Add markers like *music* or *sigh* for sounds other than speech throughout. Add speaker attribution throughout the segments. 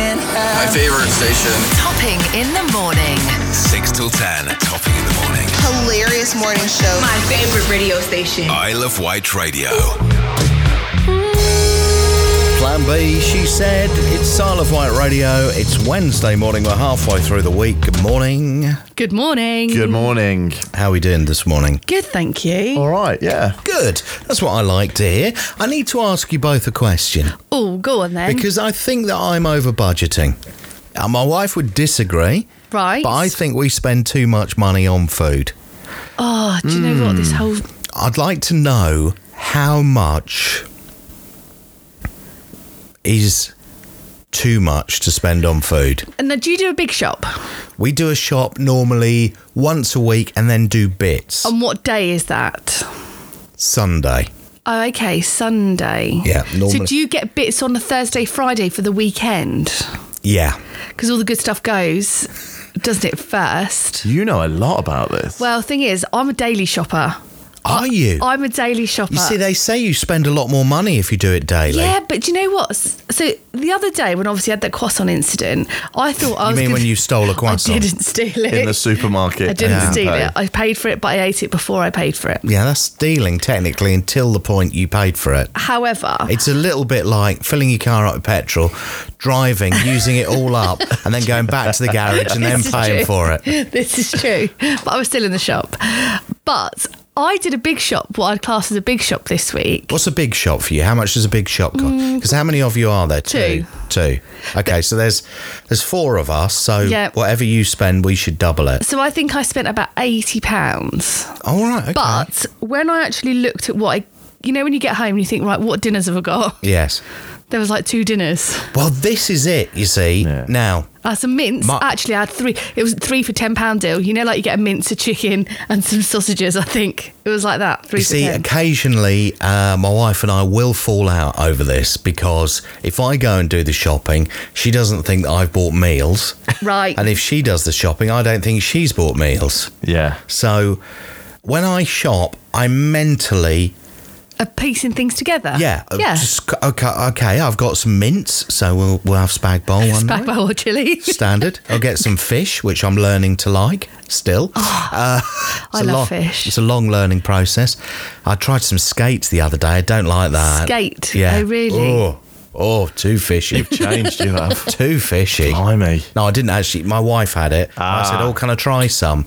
Speaker 1: my favorite station.
Speaker 2: Topping in the morning.
Speaker 3: 6 till 10, topping in the morning.
Speaker 4: Hilarious morning show.
Speaker 5: My favorite radio station.
Speaker 3: I love White Radio.
Speaker 6: Plan B, she said. It's Style of White Radio. It's Wednesday morning. We're halfway through the week. Good morning.
Speaker 7: Good morning.
Speaker 8: Good morning.
Speaker 6: How are we doing this morning?
Speaker 7: Good, thank you.
Speaker 8: All right, yeah.
Speaker 6: Good. That's what I like to hear. I need to ask you both a question
Speaker 7: Oh, go on then.
Speaker 6: because I think that I'm over budgeting. Uh, my wife would disagree,
Speaker 7: right.
Speaker 6: but I think we spend too much money on food.
Speaker 7: oh, do you know what
Speaker 6: Hmm.
Speaker 7: this whole
Speaker 6: I'd like to know how much is too much to spend on food.
Speaker 7: and then do you do a big shop?
Speaker 6: We do a shop normally once a week and then do bits.
Speaker 7: On what day is that?
Speaker 6: Sunday.
Speaker 7: Oh, okay, Sunday.
Speaker 6: Yeah,
Speaker 7: So
Speaker 6: normally-
Speaker 7: do you get bits on a Thursday, Friday for the weekend?
Speaker 6: Yeah.
Speaker 7: Because all the good stuff goes, doesn't it?
Speaker 6: Mm.
Speaker 7: First.
Speaker 8: You know a lot about this.
Speaker 7: Well, thing is, I'm a daily shopper. Oh,
Speaker 6: Are you?
Speaker 7: I'm a daily shopper.
Speaker 6: you see, they say you spend a lot more money if you do it daily.
Speaker 7: yeah, but do you know what? S- So the other day, when obviously I had that croissant incident, I thought
Speaker 6: You
Speaker 7: I was.
Speaker 6: mean
Speaker 7: gonna-
Speaker 6: when you stole a
Speaker 7: *laughs* I
Speaker 6: croissant?
Speaker 7: didn't steal it.
Speaker 8: in the supermarket.
Speaker 7: I didn't
Speaker 8: Yeah.
Speaker 7: steal
Speaker 8: Pay.
Speaker 7: it. I paid for it, but I ate it before I paid for it.
Speaker 6: Yeah, that's stealing technically until the point you paid for it.
Speaker 7: However,
Speaker 6: It's a little bit like filling your car up with petrol, driving, using it all
Speaker 7: *laughs*
Speaker 6: up, and then going back to the garage and then
Speaker 7: This is
Speaker 6: paying
Speaker 7: true.
Speaker 6: for it.
Speaker 7: *laughs* this is true, but I was still in the shop. But I did a big shop, what I'd class as a big shop this week.
Speaker 6: What's a big shop for you? How much does a big shop cost? Because how many of you are there?
Speaker 7: Mm. Two.
Speaker 6: Two. Okay, so there's there's four of us. So
Speaker 7: Yeah.
Speaker 6: whatever you spend, we should double it.
Speaker 7: So I think I spent about eighty pounds.
Speaker 6: All right. Okay.
Speaker 7: But when I actually looked at what I, you know, when you get home and you think, right, what dinners have I got? *laughs*
Speaker 6: yes.
Speaker 7: There was like two dinners.
Speaker 6: Well, this is it. You see
Speaker 8: Yeah.
Speaker 6: now.
Speaker 7: I had some mince.
Speaker 6: My-
Speaker 7: actually, I had three. It was three for ten pound deal. You know, like you get a mince, a chicken, and some sausages. I think it was like that. Three
Speaker 6: You
Speaker 7: for
Speaker 6: see, *laughs*
Speaker 7: 10.
Speaker 6: occasionally uh, my wife and I will fall out over this because if I go and do the shopping, she doesn't think that I've bought
Speaker 7: *laughs*
Speaker 6: meals,
Speaker 7: right?
Speaker 6: and if she does the shopping, I don't think she's bought meals.
Speaker 8: Yeah.
Speaker 6: So when I shop, I mentally
Speaker 7: of piecing things together.
Speaker 6: Yeah. uh,
Speaker 7: Yeah.
Speaker 6: Just, c- okay, okay, I've got some mince, so we'll we'll have spag
Speaker 7: *laughs*
Speaker 6: bowl one night.
Speaker 7: Spag bowl or
Speaker 6: *laughs*
Speaker 7: chili.
Speaker 6: Standard. I'll get some fish, which I'm learning to like still. Uh, *laughs* it's
Speaker 7: Oh, I
Speaker 6: a
Speaker 7: love
Speaker 6: long-
Speaker 7: fish.
Speaker 6: It's a long learning process. I tried some skates the other day. I don't like that.
Speaker 7: Skate?
Speaker 6: Yeah.
Speaker 7: Oh, really?
Speaker 6: Oh, oh, too fishy.
Speaker 7: *laughs*
Speaker 8: Changed you have.
Speaker 6: too fishy.
Speaker 8: Blimey.
Speaker 6: No, I didn't actually. My wife had it. I said,
Speaker 8: Ah.
Speaker 6: "Oh, can I try some?"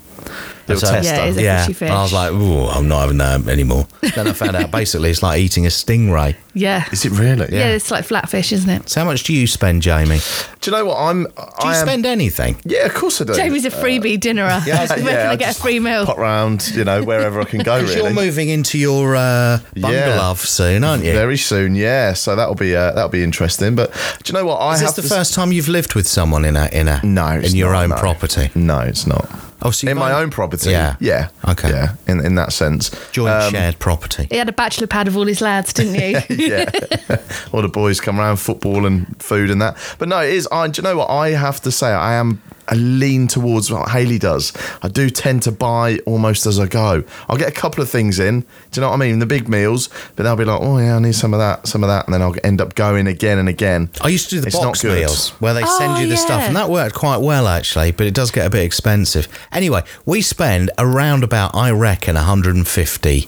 Speaker 8: Little
Speaker 6: So-
Speaker 8: tester.
Speaker 7: Yeah, it is a
Speaker 6: yeah.
Speaker 7: fishy
Speaker 6: And I was
Speaker 7: fish.
Speaker 6: like, "Ooh, I'm not having that anymore." Then I found
Speaker 7: *laughs*
Speaker 6: out basically it's like eating a stingray.
Speaker 7: Yeah.
Speaker 8: Is it really?
Speaker 7: yeah. it's like flatfish, isn't it?
Speaker 6: So how much do you spend, Jamie?
Speaker 8: Do you know what I'm?
Speaker 6: Do you spend anything?
Speaker 8: Yeah, of course I do.
Speaker 7: Jamie's a freebie dinnerer. *laughs*
Speaker 8: yeah,
Speaker 7: Where
Speaker 8: yeah,
Speaker 7: can uh, I
Speaker 8: I
Speaker 7: get a
Speaker 8: just
Speaker 7: free meal?
Speaker 8: Pop round, you know, wherever I
Speaker 6: *laughs*
Speaker 8: can go.
Speaker 6: Because
Speaker 8: Really.
Speaker 6: you're moving into your uh, bungalow soon, aren't you?
Speaker 8: Very soon, yeah. So that'll be uh, that'll be interesting. But do you know what? I
Speaker 6: Is this
Speaker 8: have
Speaker 6: the
Speaker 8: this-
Speaker 6: first time you've lived with someone in a in a
Speaker 8: No, it's
Speaker 6: in your
Speaker 8: not,
Speaker 6: own
Speaker 8: no.
Speaker 6: property?
Speaker 8: No, it's not.
Speaker 6: Oh, so you
Speaker 8: in my
Speaker 6: own-
Speaker 8: own property.
Speaker 6: Yeah.
Speaker 8: Yeah.
Speaker 6: Okay.
Speaker 8: Yeah. In in that sense.
Speaker 6: joint
Speaker 8: Um,
Speaker 6: shared property.
Speaker 7: He had a bachelor pad of all his lads, didn't *laughs* he?
Speaker 8: yeah. *laughs* All the boys come around, football and food and that. But no, it is. I, do you know what? I have to say, I am I lean towards what Haley does. I do tend to buy almost as I go. I'll get a couple of things in. Do you know what I mean? The big meals, but they'll be like, oh, yeah, I need some of that, some of that. And then I'll end up going again and again.
Speaker 6: I used to do the
Speaker 8: It's not
Speaker 6: box
Speaker 8: good.
Speaker 6: meals where they send
Speaker 7: Oh,
Speaker 6: you the stuff,
Speaker 7: yeah.
Speaker 6: and that worked quite well actually, but it does get a bit expensive. Anyway, we spend around about, I reckon, 150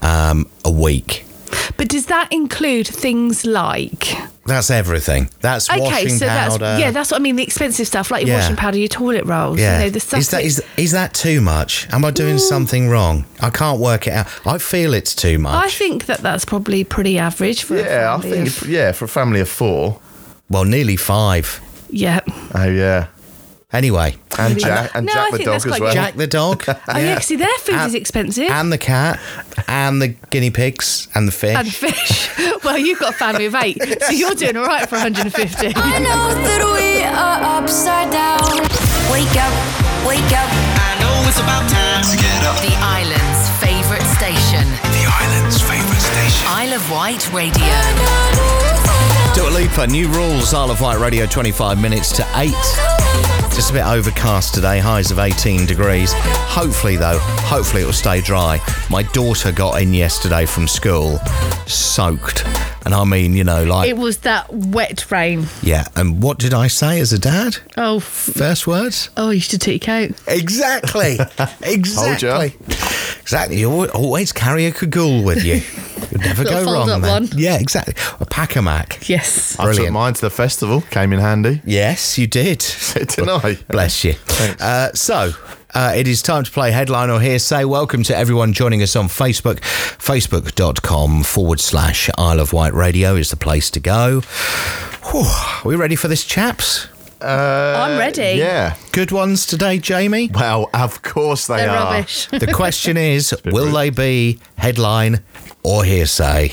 Speaker 6: um, a week.
Speaker 7: but does that include things like
Speaker 6: That's everything. That's
Speaker 7: okay,
Speaker 6: washing
Speaker 7: so
Speaker 6: powder.
Speaker 7: that's yeah, that's what I mean. The expensive stuff like your
Speaker 6: Yeah.
Speaker 7: washing powder, your toilet rolls,
Speaker 6: Yeah.
Speaker 7: you know, the stuff.
Speaker 6: is that is, is that too much? Am I doing something wrong? I can't work it out. I feel it's too much.
Speaker 7: I think that that's probably pretty average for. a
Speaker 8: Yeah, I
Speaker 7: family
Speaker 8: think,
Speaker 7: of-
Speaker 8: if- yeah, for a family of four.
Speaker 6: well, nearly five.
Speaker 7: yeah.
Speaker 8: Oh, yeah.
Speaker 6: Anyway,
Speaker 8: And Jack, and
Speaker 7: No, I
Speaker 8: Jack the
Speaker 7: think that's
Speaker 8: dog as
Speaker 7: quite
Speaker 8: well.
Speaker 7: good.
Speaker 6: Jack the dog.
Speaker 7: *laughs* *laughs* Oh yeah, see, their food
Speaker 6: And-
Speaker 7: is expensive.
Speaker 6: And the cat, and the guinea pigs, and the fish.
Speaker 7: and fish. *laughs* well, you've got a family of eight, so you're doing all right for 150.
Speaker 9: I know that we are upside down. Wake up, wake up.
Speaker 1: I know it's about time to get up.
Speaker 2: The island's favourite station.
Speaker 3: The island's favourite station.
Speaker 2: Isle of Wight Radio.
Speaker 6: Dua Lipa, new rules. Isle of Wight Radio, 25 minutes to 8. Just a bit overcast today, highs of 18 degrees. Hopefully, though, hopefully it will stay dry. My daughter got in yesterday from school soaked. And I mean, you know, like,
Speaker 7: *laughs* It was that wet rain.
Speaker 6: yeah. And what did I say as a dad?
Speaker 7: Oh, f-
Speaker 6: First words?
Speaker 7: oh, you should take out.
Speaker 6: *laughs* Exactly. exactly. Exactly. You al- always carry a cagoule with you. You'd never go
Speaker 7: Little
Speaker 6: wrong.
Speaker 7: fold-up
Speaker 6: there.
Speaker 7: one.
Speaker 6: Yeah, exactly. A pack a mac.
Speaker 7: Yes.
Speaker 8: I took
Speaker 6: Brilliant.
Speaker 8: mine to the festival, came in handy. *laughs*
Speaker 6: Yes, you did.
Speaker 8: Didn't I?
Speaker 6: Bless you. Uh, so. Uh, it is time to play headline or hearsay. Welcome to everyone joining us on Facebook. Facebook.com forward slash Isle of Wight Radio is the place to go. Whew. Are we ready for this, chaps? Uh,
Speaker 7: I'm ready.
Speaker 8: Yeah.
Speaker 6: Good ones today, Jamie.
Speaker 8: Well, of course they
Speaker 7: They're
Speaker 8: are.
Speaker 7: rubbish.
Speaker 6: The question is will they be headline or hearsay?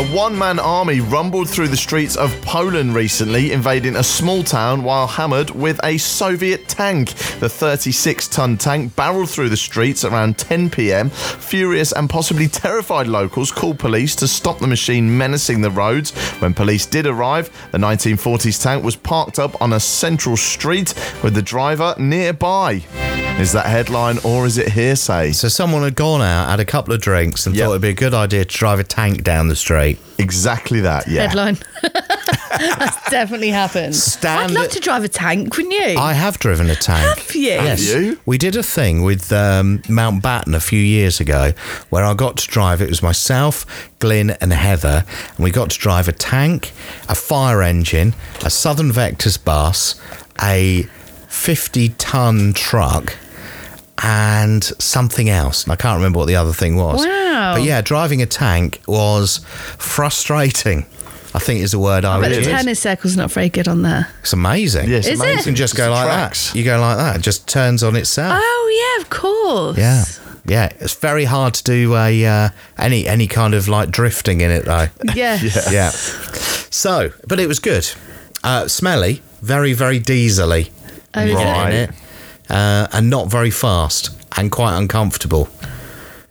Speaker 8: A one man army rumbled through the streets of Poland recently, invading a small town while hammered with a Soviet tank. The 36 ton tank barreled through the streets around 10 pm. Furious and possibly terrified locals called police to stop the machine menacing the roads. When police did arrive, the 1940s tank was parked up on a central street with the driver nearby. Is that headline or is it hearsay?
Speaker 6: So someone had gone out, had a couple of drinks, and
Speaker 8: Yep.
Speaker 6: thought it'd be a good idea to drive a tank down the street.
Speaker 8: Exactly that, yeah.
Speaker 7: Headline. *laughs* That's definitely happened.
Speaker 6: Stand-
Speaker 7: I'd love to drive a tank, wouldn't you?
Speaker 6: *laughs* I have driven a tank.
Speaker 7: Have you?
Speaker 6: Yes.
Speaker 8: you?
Speaker 6: We did a thing with um, Mountbatten a few years ago where I got to drive, it was myself, Glyn, and Heather, and we got to drive a tank, a fire engine, a Southern Vectors bus, a 50 ton truck. And something else. And I can't remember what the other thing was.
Speaker 7: Wow.
Speaker 6: But yeah, driving a tank was frustrating. I think is the word I would
Speaker 7: But the
Speaker 6: use.
Speaker 7: tennis circle's not very good on there.
Speaker 6: It's amazing.
Speaker 8: Yes,
Speaker 7: Is it?
Speaker 8: amazing.
Speaker 6: You can *laughs* just
Speaker 8: It's
Speaker 6: go
Speaker 8: the
Speaker 6: like
Speaker 8: tracks.
Speaker 6: that. You go like that. It just turns on itself.
Speaker 7: Oh yeah, of course.
Speaker 6: Yeah. Yeah, it's very hard to do a uh, any any kind of like drifting in it though. *laughs*
Speaker 7: Yes.
Speaker 6: yeah. So, but it was good. Uh, smelly, very very diesely,
Speaker 7: Oh, is it?
Speaker 8: Right.
Speaker 6: in it, uh, and not very fast and quite uncomfortable.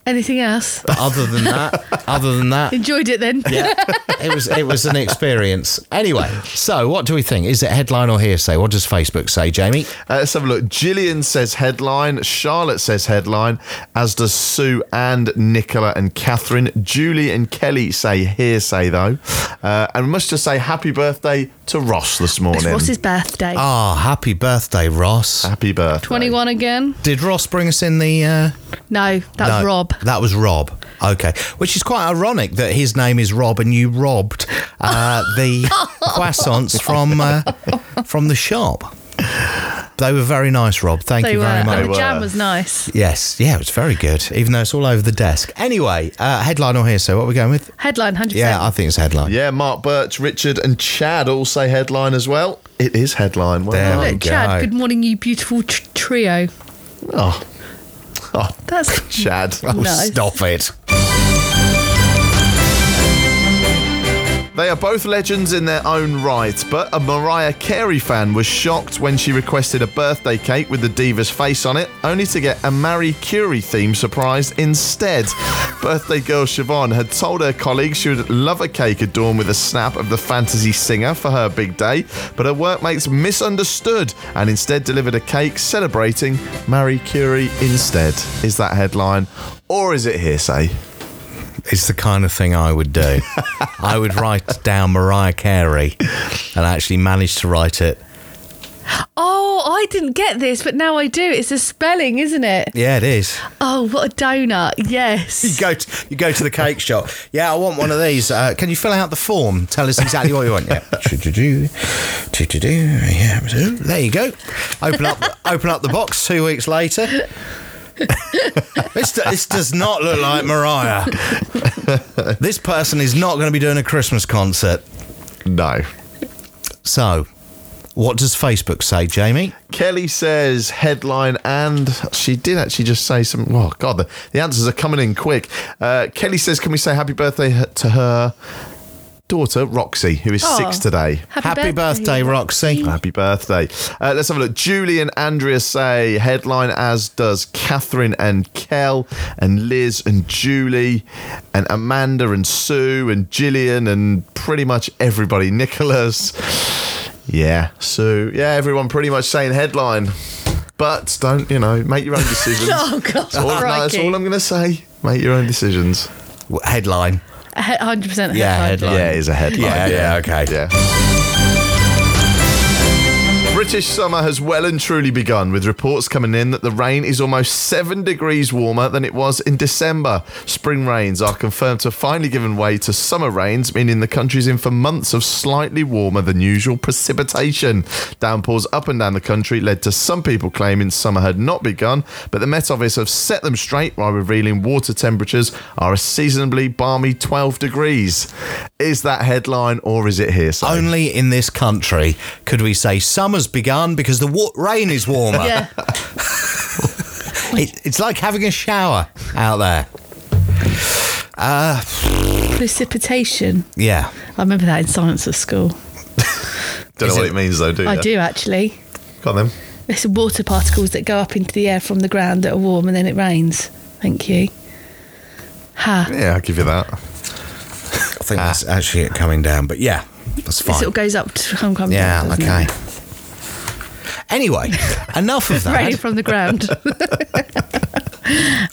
Speaker 7: Anything else?
Speaker 6: But other than *laughs* that, other than that,
Speaker 7: Enjoyed it then.
Speaker 6: yeah, it was it was an experience. Anyway, so what do we think? Is it headline or hearsay? What does Facebook say, Jamie?
Speaker 8: Uh, let's have a look. Gillian says headline. Charlotte says headline. As does Sue and Nicola and Catherine. Julie and Kelly say hearsay though, uh, and we must just say happy birthday to Ross this
Speaker 7: It's
Speaker 8: morning.
Speaker 7: Ross's birthday.
Speaker 6: Ah, happy birthday, Ross.
Speaker 8: happy birthday.
Speaker 7: 21 again?
Speaker 6: Did Ross bring us in the? Uh,
Speaker 7: No, that's
Speaker 6: No,
Speaker 7: Rob.
Speaker 6: That was Rob. Okay, which is quite ironic that his name is Rob and you robbed uh,
Speaker 7: *laughs*
Speaker 6: the croissants from uh, from the shop. They were very nice, Rob. Thank
Speaker 7: They
Speaker 6: you
Speaker 7: were.
Speaker 6: very much.
Speaker 7: And uh, the jam
Speaker 8: were.
Speaker 7: was nice.
Speaker 6: Yes, yeah, it was very good, even though it's all over the desk. Anyway, uh, headline or here, so what are we going with?
Speaker 7: Headline 100%.
Speaker 6: Yeah, I think it's headline.
Speaker 8: Yeah, Mark Birch, Richard, and Chad all say headline as well. It is headline. Well
Speaker 6: There
Speaker 8: done.
Speaker 6: we
Speaker 7: Look, Chad,
Speaker 6: go.
Speaker 7: good morning, you beautiful tr- trio.
Speaker 8: Oh. Oh,
Speaker 7: That's
Speaker 8: Chad.
Speaker 6: Oh,
Speaker 7: Nice.
Speaker 6: stop
Speaker 8: *laughs*
Speaker 6: it.
Speaker 8: They are both legends in their own right, but a Mariah Carey fan was shocked when she requested a birthday cake with the diva's face on it, only to get a Marie Curie theme surprise instead. birthday girl Siobhan had told her colleagues she would love a cake adorned with a snap of the fantasy singer for her big day, but her workmates misunderstood and instead delivered a cake celebrating Marie Curie instead. Is that headline or is it hearsay?
Speaker 6: It's the kind of thing I would do. I would write down Mariah Carey and actually manage to write it.
Speaker 7: Oh, I didn't get this, but now I do. It's the spelling, isn't it?
Speaker 6: Yeah, it is.
Speaker 7: Oh, what a donut.
Speaker 6: *laughs* You
Speaker 7: Yes.
Speaker 6: go to you go to the cake shop. Yeah, I want one of these. Uh, can you fill out the form? Tell us exactly what you want. Yeah. *laughs* Choo-choo-choo. Choo-choo-choo. Yeah. There you go. Open up open up the box two weeks later. *laughs* this, do- this does not look like Mariah. this person is not going to be doing a Christmas concert.
Speaker 8: No.
Speaker 6: So, what does Facebook say, Jamie?
Speaker 8: Kelly says headline, and she did actually just say some. Oh God, the, the answers are coming in quick. Uh, Kelly says, "Can we say happy birthday h- to her daughter Roxy, who is
Speaker 7: Oh.
Speaker 8: six today?"
Speaker 6: Happy, birthday, Roxy.
Speaker 8: Happy birthday. Uh, let's have a look. Julie and Andrea say headline, as does Catherine and Kel, and Liz and Julie, and Amanda and Sue and Gillian, and pretty much everybody. Nicholas. Yeah, Sue. Yeah, everyone pretty much saying headline. But
Speaker 7: *laughs*
Speaker 8: don't, you know, make your own decisions.
Speaker 7: Oh, God.
Speaker 8: That's all, no, that's
Speaker 7: crikey.
Speaker 8: all I'm going to say. Make your own decisions.
Speaker 6: W- Headline.
Speaker 7: A he- 100%
Speaker 6: Yeah, headline.
Speaker 8: Yeah, it is a headline.
Speaker 6: Yeah, yeah, okay.
Speaker 8: Yeah. British summer has well and truly begun, with reports coming in that the rain is almost seven degrees warmer than it was in December. Spring rains are confirmed to have finally given way to summer rains, meaning the country's in for months of slightly warmer than usual precipitation. Downpours up and down the country led to some people claiming summer had not begun, but the Met Office have set them straight by revealing water temperatures are a seasonably balmy 12 degrees. Is that headline or is it hearsay?
Speaker 6: Only in this country could we say summer's begun because the wa- rain is warmer.
Speaker 7: Yeah.
Speaker 6: It, it's like having a shower out there.
Speaker 7: Precipitation.
Speaker 6: Yeah.
Speaker 7: I remember that in science at school.
Speaker 8: Don't know
Speaker 6: Is
Speaker 8: what
Speaker 6: it-
Speaker 8: it means though, do you?
Speaker 7: I do actually.
Speaker 8: Got them.
Speaker 7: It's water particles that go up into the air from the ground that are warm and then it rains. Thank you. Ha.
Speaker 8: Yeah, I'll give you that.
Speaker 6: I think that's actually it coming down, but yeah, that's
Speaker 7: This
Speaker 6: fine.
Speaker 7: sort of goes up to come come
Speaker 6: yeah,
Speaker 7: down, doesn't
Speaker 6: okay.
Speaker 7: it? *laughs*
Speaker 6: Anyway, enough of that.
Speaker 7: Rain from the
Speaker 6: *laughs*
Speaker 7: ground.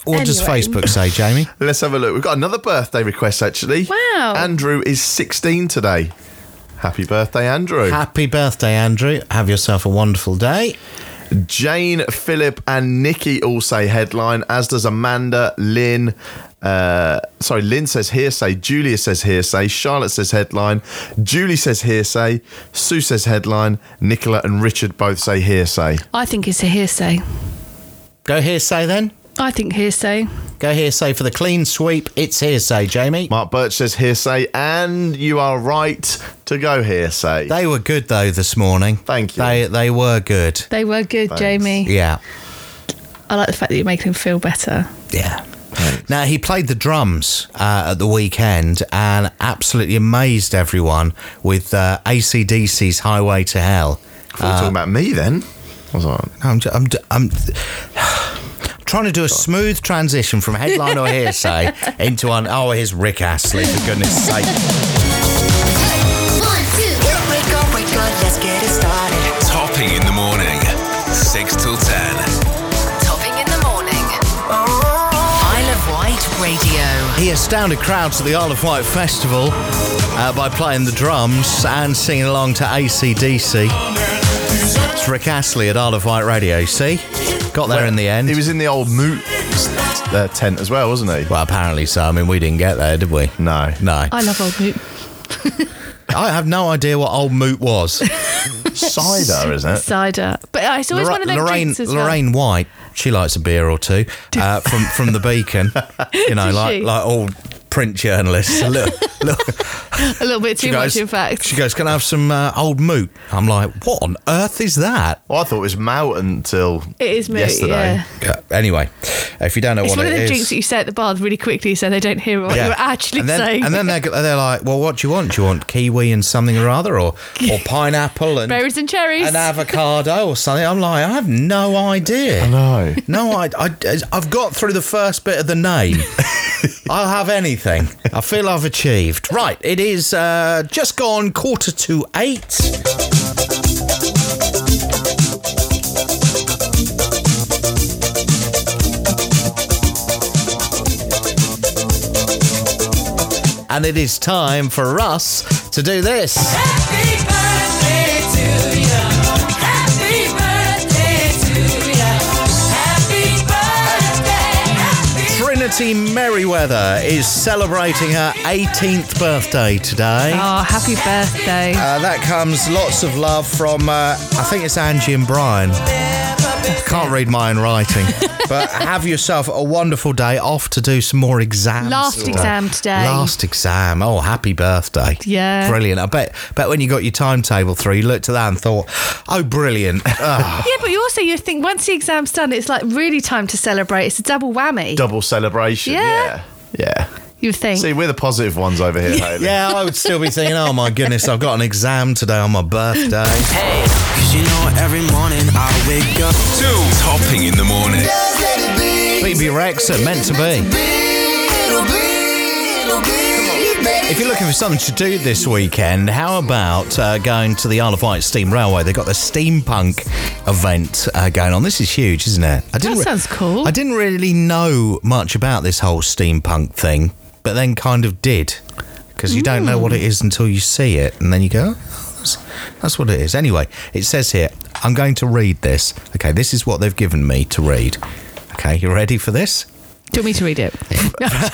Speaker 6: What does
Speaker 7: Anyway.
Speaker 6: Facebook say,
Speaker 7: *laughs*
Speaker 6: Jamie?
Speaker 8: Let's have a look. We've got another birthday request actually.
Speaker 7: Wow.
Speaker 8: Andrew is 16 today. Happy birthday, Andrew.
Speaker 6: Happy birthday, Andrew. Have yourself a wonderful day.
Speaker 8: Jane, Philip, and Nikki all say headline, as does Amanda, Lynn. Uh, sorry, Lynn says hearsay. Julia says hearsay. Charlotte says headline. Julie says hearsay. Sue says headline. Nicola and Richard both say hearsay.
Speaker 7: I think it's a hearsay.
Speaker 6: Go hearsay then.
Speaker 7: I think hearsay.
Speaker 6: Go hearsay for the clean sweep. It's hearsay, Jamie.
Speaker 8: Mark Birch says hearsay, and you are right to go hearsay.
Speaker 6: They were good though this morning.
Speaker 8: Thank you.
Speaker 6: They they were good.
Speaker 7: They were good, Jamie.
Speaker 6: Yeah.
Speaker 7: I like the fact that you're making him feel better.
Speaker 6: Yeah. Now he played the drums uh, at the weekend and absolutely amazed everyone with uh, ACDC's "Highway to Hell."
Speaker 8: We're talking about me then. I was like,
Speaker 6: I'm ju- I'm, ju- I'm *sighs* trying to do a smooth transition from headline or hearsay
Speaker 8: *laughs*
Speaker 6: into an oh here's Rick Astley for goodness sake.
Speaker 9: One, two.
Speaker 2: Wake up, wake up, let's get it started.
Speaker 3: Topping in the morning. 6 till 10.
Speaker 2: Topping in the morning. Isle of Wight Radio.
Speaker 6: He astounded crowds at the Isle of Wight Festival uh, by playing the drums and singing along to ACDC. It's Rick Astley at Isle of Wight Radio. See, got there in the end.
Speaker 8: He was in the old moot uh, tent as well, wasn't he?
Speaker 6: Well, apparently so. I mean, we didn't get there, did we?
Speaker 8: No.
Speaker 6: No.
Speaker 7: I love old Moot.
Speaker 6: I have no idea what old moot was.
Speaker 7: *laughs*
Speaker 8: Cider, isn't it?
Speaker 7: Cider. But uh, it's always
Speaker 6: Lora-
Speaker 7: one of those
Speaker 6: Lorraine,
Speaker 7: drinks as well.
Speaker 6: Lorraine White, she likes a beer or two uh, from from the Beacon. You know,
Speaker 7: Does
Speaker 6: like
Speaker 7: she?
Speaker 6: like all print
Speaker 7: *laughs*
Speaker 6: journalists. A little, little-
Speaker 7: A little bit
Speaker 6: she
Speaker 7: too much,
Speaker 6: goes-
Speaker 7: in fact.
Speaker 6: She goes, "Can I have some uh, old moot?" I'm like, "What on earth is that?"
Speaker 8: Well, I thought it was mout until
Speaker 7: It is moot,
Speaker 8: yesterday.
Speaker 7: yeah.
Speaker 6: Uh, Anyway, if you don't know
Speaker 7: it's
Speaker 6: what
Speaker 7: one of
Speaker 6: it
Speaker 7: those
Speaker 6: is-
Speaker 7: drinks that you say at the bar really quickly so they don't hear what
Speaker 6: Yeah.
Speaker 7: you're actually
Speaker 6: and then,
Speaker 7: saying.
Speaker 6: And then they're, they're like, well, what do you want? Do you want kiwi and something or other, or
Speaker 7: *laughs*
Speaker 6: or pineapple and
Speaker 7: Berries and cherries.
Speaker 6: an avocado or something? I'm like, I have no idea.
Speaker 8: No.
Speaker 6: No, I, I, I've got through the first bit of the name. I'll have anything. I feel I've achieved. Right, it is uh, just gone quarter to eight. And it is time for us to do this. Trinity Merriweather is celebrating her 18th birthday today.
Speaker 7: Oh, happy birthday.
Speaker 6: Uh, that comes lots of love from, uh, I think it's Angie and Brian. Can't read my own
Speaker 7: *laughs*
Speaker 6: writing. but have yourself a wonderful day off to do some more exams.
Speaker 7: Last
Speaker 6: today.
Speaker 7: exam today.
Speaker 6: Last exam. Oh, happy birthday.
Speaker 7: Yeah.
Speaker 6: Brilliant. I bet, bet when you got your timetable through, you looked at that and thought, oh, brilliant. *laughs* Ah,
Speaker 7: Yeah, but you also you think once the exam's done, it's like really time to celebrate. It's a double whammy.
Speaker 8: Double celebration.
Speaker 7: Yeah.
Speaker 8: Yeah. Yeah.
Speaker 7: you think.
Speaker 8: See, we're the positive ones over here, Hayley.
Speaker 6: yeah, I would still be thinking, oh, my goodness, I've got an exam today on my birthday.
Speaker 1: Cause you know every morning I wake up.
Speaker 3: Topping in the morning.
Speaker 6: BB Rexa, meant to be. If you're looking for something to do this weekend, how about uh, going to the Isle of Wight Steam Railway? They've got the steampunk event uh, going on. This is huge, isn't it? I
Speaker 7: That sounds cool.
Speaker 6: I didn't really know much about this whole steampunk thing but then kind of did because you don't know what it is until you see it, and then you go, "Oh, that's, that's what it is. Anyway, it says here, I'm going to read this. Okay, this is what they've given me to read. Okay, you ready for this?
Speaker 7: Do you want me to read it?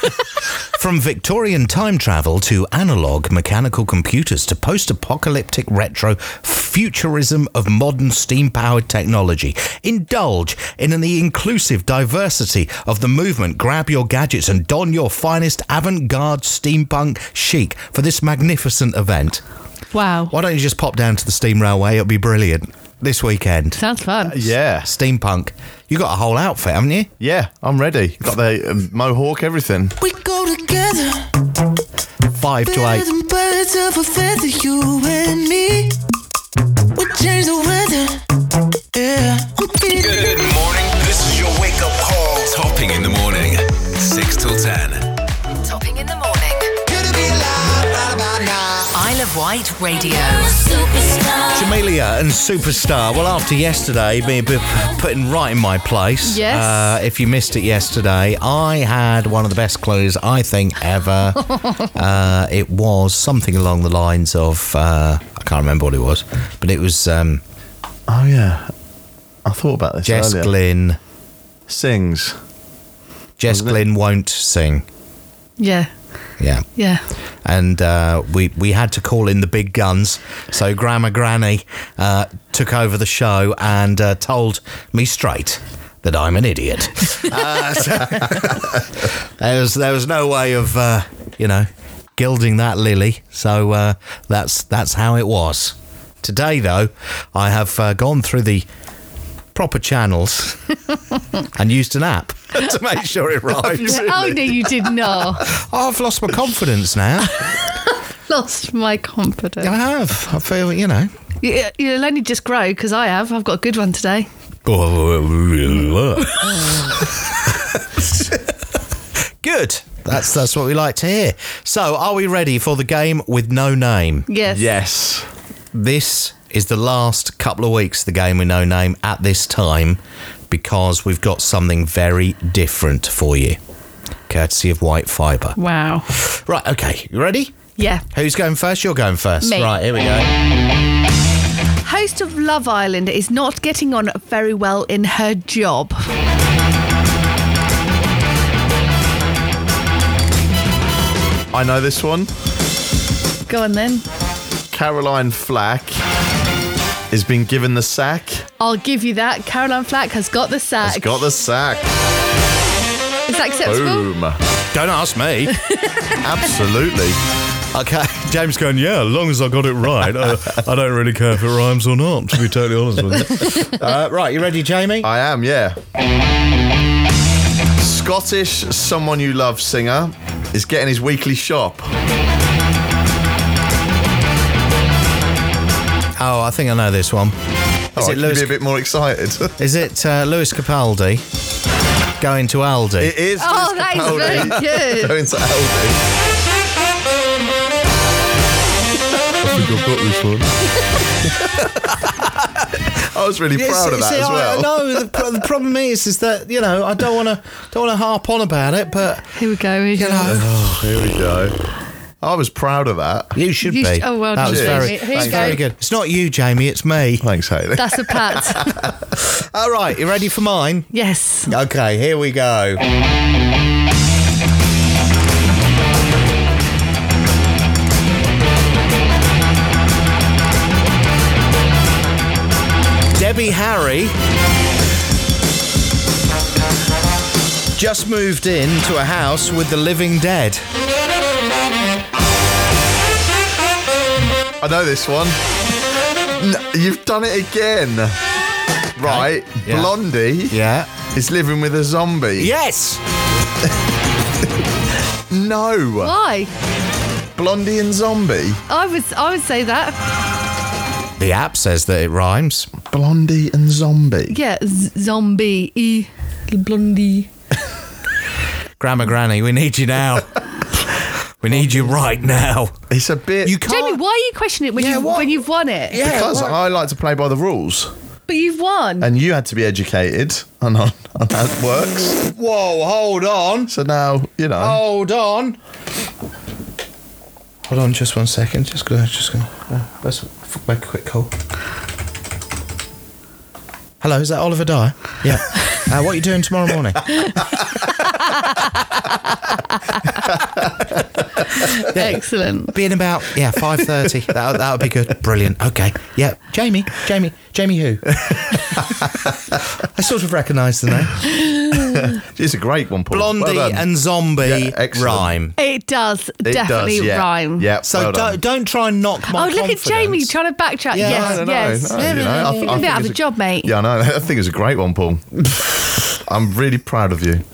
Speaker 6: From Victorian time travel to analog mechanical computers to post apocalyptic retro futurism of modern steam powered technology, indulge in the inclusive diversity of the movement. Grab your gadgets and don your finest avant garde steampunk chic for this magnificent event.
Speaker 7: Wow.
Speaker 6: Why don't you just pop down to the steam railway? It'll be brilliant this weekend.
Speaker 7: Sounds
Speaker 6: Uh,
Speaker 7: fun.
Speaker 8: Yeah,
Speaker 6: Steampunk. You got a whole outfit, haven't you?
Speaker 8: yeah, I'm ready. Got the um, mohawk, everything.
Speaker 1: We go together,
Speaker 6: Five to
Speaker 1: better
Speaker 6: eight.
Speaker 1: than birds of a feather, you and me. We change the weather, yeah. I'm feeling
Speaker 3: Good morning. This is your wake up call. Topping in the morning, 6 till 10.
Speaker 2: Topping in the morning.
Speaker 1: good to be alive right about now.
Speaker 2: Isle of Wight Radio.
Speaker 9: Superstar.
Speaker 6: Jamelia and Superstar. Well, after yesterday being bit putting right in my place.
Speaker 7: Yes.
Speaker 6: Uh, if you missed it yesterday, I had one of the best clues I think ever. uh, it was something along the lines of uh, I can't remember what it was, but it was um,
Speaker 8: Oh yeah, I thought about this
Speaker 6: Jess
Speaker 8: earlier.
Speaker 6: Glynn.
Speaker 8: Sings.
Speaker 6: Jess Glynn won't sing.
Speaker 7: Yeah.
Speaker 6: Yeah.
Speaker 7: Yeah.
Speaker 6: and uh, we we had to call in the big guns. So Grandma Granny uh, took over the show and uh, told me straight that I'm an idiot. uh, *laughs* so- there was there was no way of uh, you know gilding that lily. So uh, that's that's how it was. Today though, I have uh, gone through the proper channels and used an app *laughs* to make sure it rhymes.
Speaker 7: Oh no, you did not.
Speaker 6: *laughs* Oh, I've lost my confidence now.
Speaker 7: Lost my confidence.
Speaker 6: I have. I feel, you know.
Speaker 7: You, you'll only just grow because I have. I've got a good one today.
Speaker 6: Oh, *laughs* Good. That's that's what we like to hear. So, are we ready for the game with no name?
Speaker 7: Yes.
Speaker 8: Yes.
Speaker 6: This is the last couple of weeks of the game with no name at this time because we've got something very different for you. Courtesy of White Fibre.
Speaker 7: Wow.
Speaker 6: Right, okay. You ready?
Speaker 7: Yeah.
Speaker 6: Who's going first? You're going first.
Speaker 7: Me.
Speaker 6: Right, here we go.
Speaker 7: Host of Love Island is not getting on very well in her job.
Speaker 8: I know this one.
Speaker 7: Go on then.
Speaker 8: Caroline Flack has been given the sack.
Speaker 7: I'll give you that. Caroline Flack has got the sack.
Speaker 8: Has got the sack.
Speaker 7: is that acceptable?
Speaker 8: Boom.
Speaker 6: Don't ask me.
Speaker 8: Absolutely.
Speaker 10: *laughs*
Speaker 6: okay. James going, yeah,
Speaker 10: As long as I got it right, I, I don't really care if it rhymes or not, to be totally honest with you.
Speaker 8: *laughs*
Speaker 6: Uh, right, you ready, Jamie?
Speaker 8: I am, yeah. Scottish Someone You Love singer is getting his weekly shop.
Speaker 6: Oh, I think I know this one.
Speaker 8: Is
Speaker 6: it Lewis-
Speaker 8: Oh, Be a bit more excited.
Speaker 6: Is it uh, Lewis Capaldi going to Aldi?
Speaker 8: *laughs* it is.
Speaker 7: Oh,
Speaker 8: Lewis
Speaker 7: that is
Speaker 8: Capaldi
Speaker 7: very
Speaker 8: *laughs*
Speaker 7: good.
Speaker 8: Going to Aldi.
Speaker 10: I think I've got this one.
Speaker 8: *laughs* I was really proud of that as well.
Speaker 6: no, the, pro- the problem is, is that you know I don't want to don't want to harp on about it, but
Speaker 7: Here we go. Here's
Speaker 6: you
Speaker 7: yours.
Speaker 6: know
Speaker 8: Oh, Here we go. I was proud of that.
Speaker 6: you should
Speaker 7: You
Speaker 6: be.
Speaker 7: sh- oh, well
Speaker 6: that
Speaker 7: done,
Speaker 6: was very,
Speaker 8: Jamie.
Speaker 7: Here you
Speaker 6: that's
Speaker 7: go.
Speaker 6: very good. It's not you, Jamie. It's me.
Speaker 8: Thanks, Haley.
Speaker 7: That's
Speaker 8: *laughs*
Speaker 7: a pat.
Speaker 6: All right, you ready for mine?
Speaker 7: yes.
Speaker 6: Okay, here we go. Debbie Harry just moved into a house with the living dead.
Speaker 8: I know this one. N- you've done it again. Right,
Speaker 6: Yeah.
Speaker 8: Blondie
Speaker 6: Yeah.
Speaker 8: is living with a zombie.
Speaker 6: Yes.
Speaker 8: No,
Speaker 7: Why?
Speaker 8: Blondie and zombie.
Speaker 7: I would. I would say that.
Speaker 6: The app says that it rhymes.
Speaker 8: Blondie and zombie.
Speaker 7: Yeah. Z- zombie. E. Blondie.
Speaker 6: Grandma Granny, we need you *laughs* now. we need you right now.
Speaker 8: It's a bit
Speaker 6: You can't.
Speaker 7: Jamie, why are you questioning it when
Speaker 6: Yeah,
Speaker 7: you
Speaker 6: what?
Speaker 7: when you've won it?
Speaker 6: Yeah,
Speaker 8: because
Speaker 6: why-
Speaker 8: I like to play by the rules,
Speaker 7: But you've won.
Speaker 8: and you had to be educated on on, on how it works.
Speaker 6: Whoa, hold on.
Speaker 8: So now you know.
Speaker 6: Hold on. Hold on, just one second. Just gonna, just gonna. Uh, let's f- make a quick call. Hello, is that Oliver Dyer? *laughs* Yeah. Uh, what are you doing tomorrow morning?
Speaker 7: Excellent.
Speaker 6: Being about yeah five thirty. That that would be good. Brilliant. Okay. Yeah. Jamie. Jamie. Jamie. *laughs* Who? I sort of recognise the name.
Speaker 8: It's a great one, Paul. Well
Speaker 6: Oh. Blondie
Speaker 8: done.
Speaker 6: and zombie
Speaker 8: Yeah, excellent.
Speaker 6: rhyme.
Speaker 7: It does
Speaker 8: It
Speaker 7: definitely
Speaker 8: does, yeah.
Speaker 7: rhyme.
Speaker 8: Yeah.
Speaker 6: So
Speaker 8: well done.
Speaker 6: don't don't try and knock my.
Speaker 7: Oh, look
Speaker 6: confidence.
Speaker 7: at Jamie trying to backtrack.
Speaker 6: Yeah,
Speaker 7: yes,
Speaker 8: I don't know.
Speaker 7: yes.
Speaker 8: No, you know, I think- I
Speaker 7: You're gonna be
Speaker 8: think
Speaker 7: out of
Speaker 8: it's
Speaker 7: a job, mate.
Speaker 8: Yeah, I know. *laughs* I think it was a great one,
Speaker 7: *laughs*
Speaker 8: Paul. I'm really proud of you.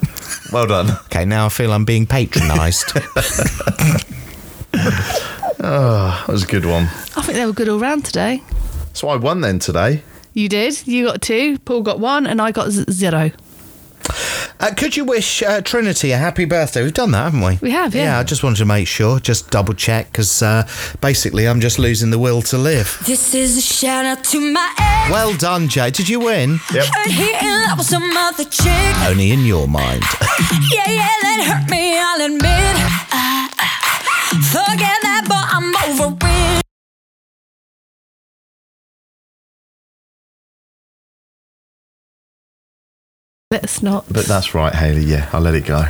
Speaker 8: Well done.
Speaker 6: Okay, now I feel I'm being *laughs* patronised.
Speaker 8: That was a good one.
Speaker 7: I think they were good all round today.
Speaker 8: So I won then today.
Speaker 7: You did. You got two. Paul got one, and I got z- zero.
Speaker 6: Uh, could you wish uh, Trinity a happy birthday? We've done that, haven't we?
Speaker 7: We have, yeah.
Speaker 6: I just wanted to make sure, just double check, because uh, basically I'm just losing the will to live.
Speaker 7: *laughs*
Speaker 9: This is a shout out to my ex.
Speaker 6: Well done, Jay. Did you win?
Speaker 7: *laughs*
Speaker 9: Heard he in love with some other chick.
Speaker 6: Only in your mind.
Speaker 9: Yeah, yeah, that hurt me, I'll admit. Ah, ah. Forget that, but I'm over it.
Speaker 7: Let's not.
Speaker 8: But that's right, Haley. Yeah, I'll let it go.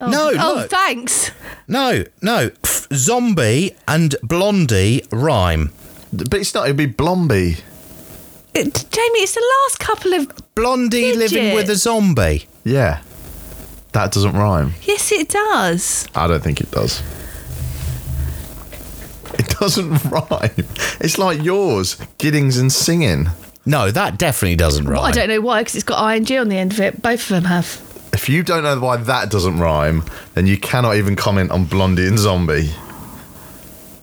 Speaker 7: Oh.
Speaker 6: No,
Speaker 7: Oh,
Speaker 6: look.
Speaker 7: thanks.
Speaker 6: *laughs* No, no. F- zombie and Blondie rhyme.
Speaker 8: But it's not. It'd be Blomby.
Speaker 7: It, Jamie, it's the last couple of.
Speaker 6: Blondie
Speaker 7: Did
Speaker 6: living
Speaker 7: you?
Speaker 6: with a zombie.
Speaker 8: Yeah. That doesn't rhyme.
Speaker 7: Yes, it does.
Speaker 8: I don't think it does. It doesn't *laughs* rhyme. It's like yours, Giddings and singing.
Speaker 6: No, that definitely doesn't rhyme.
Speaker 7: I don't know why, because it's got ing on the end of it. Both of them have.
Speaker 8: If you don't know why that doesn't rhyme, then you cannot even comment on Blondie and Zombie.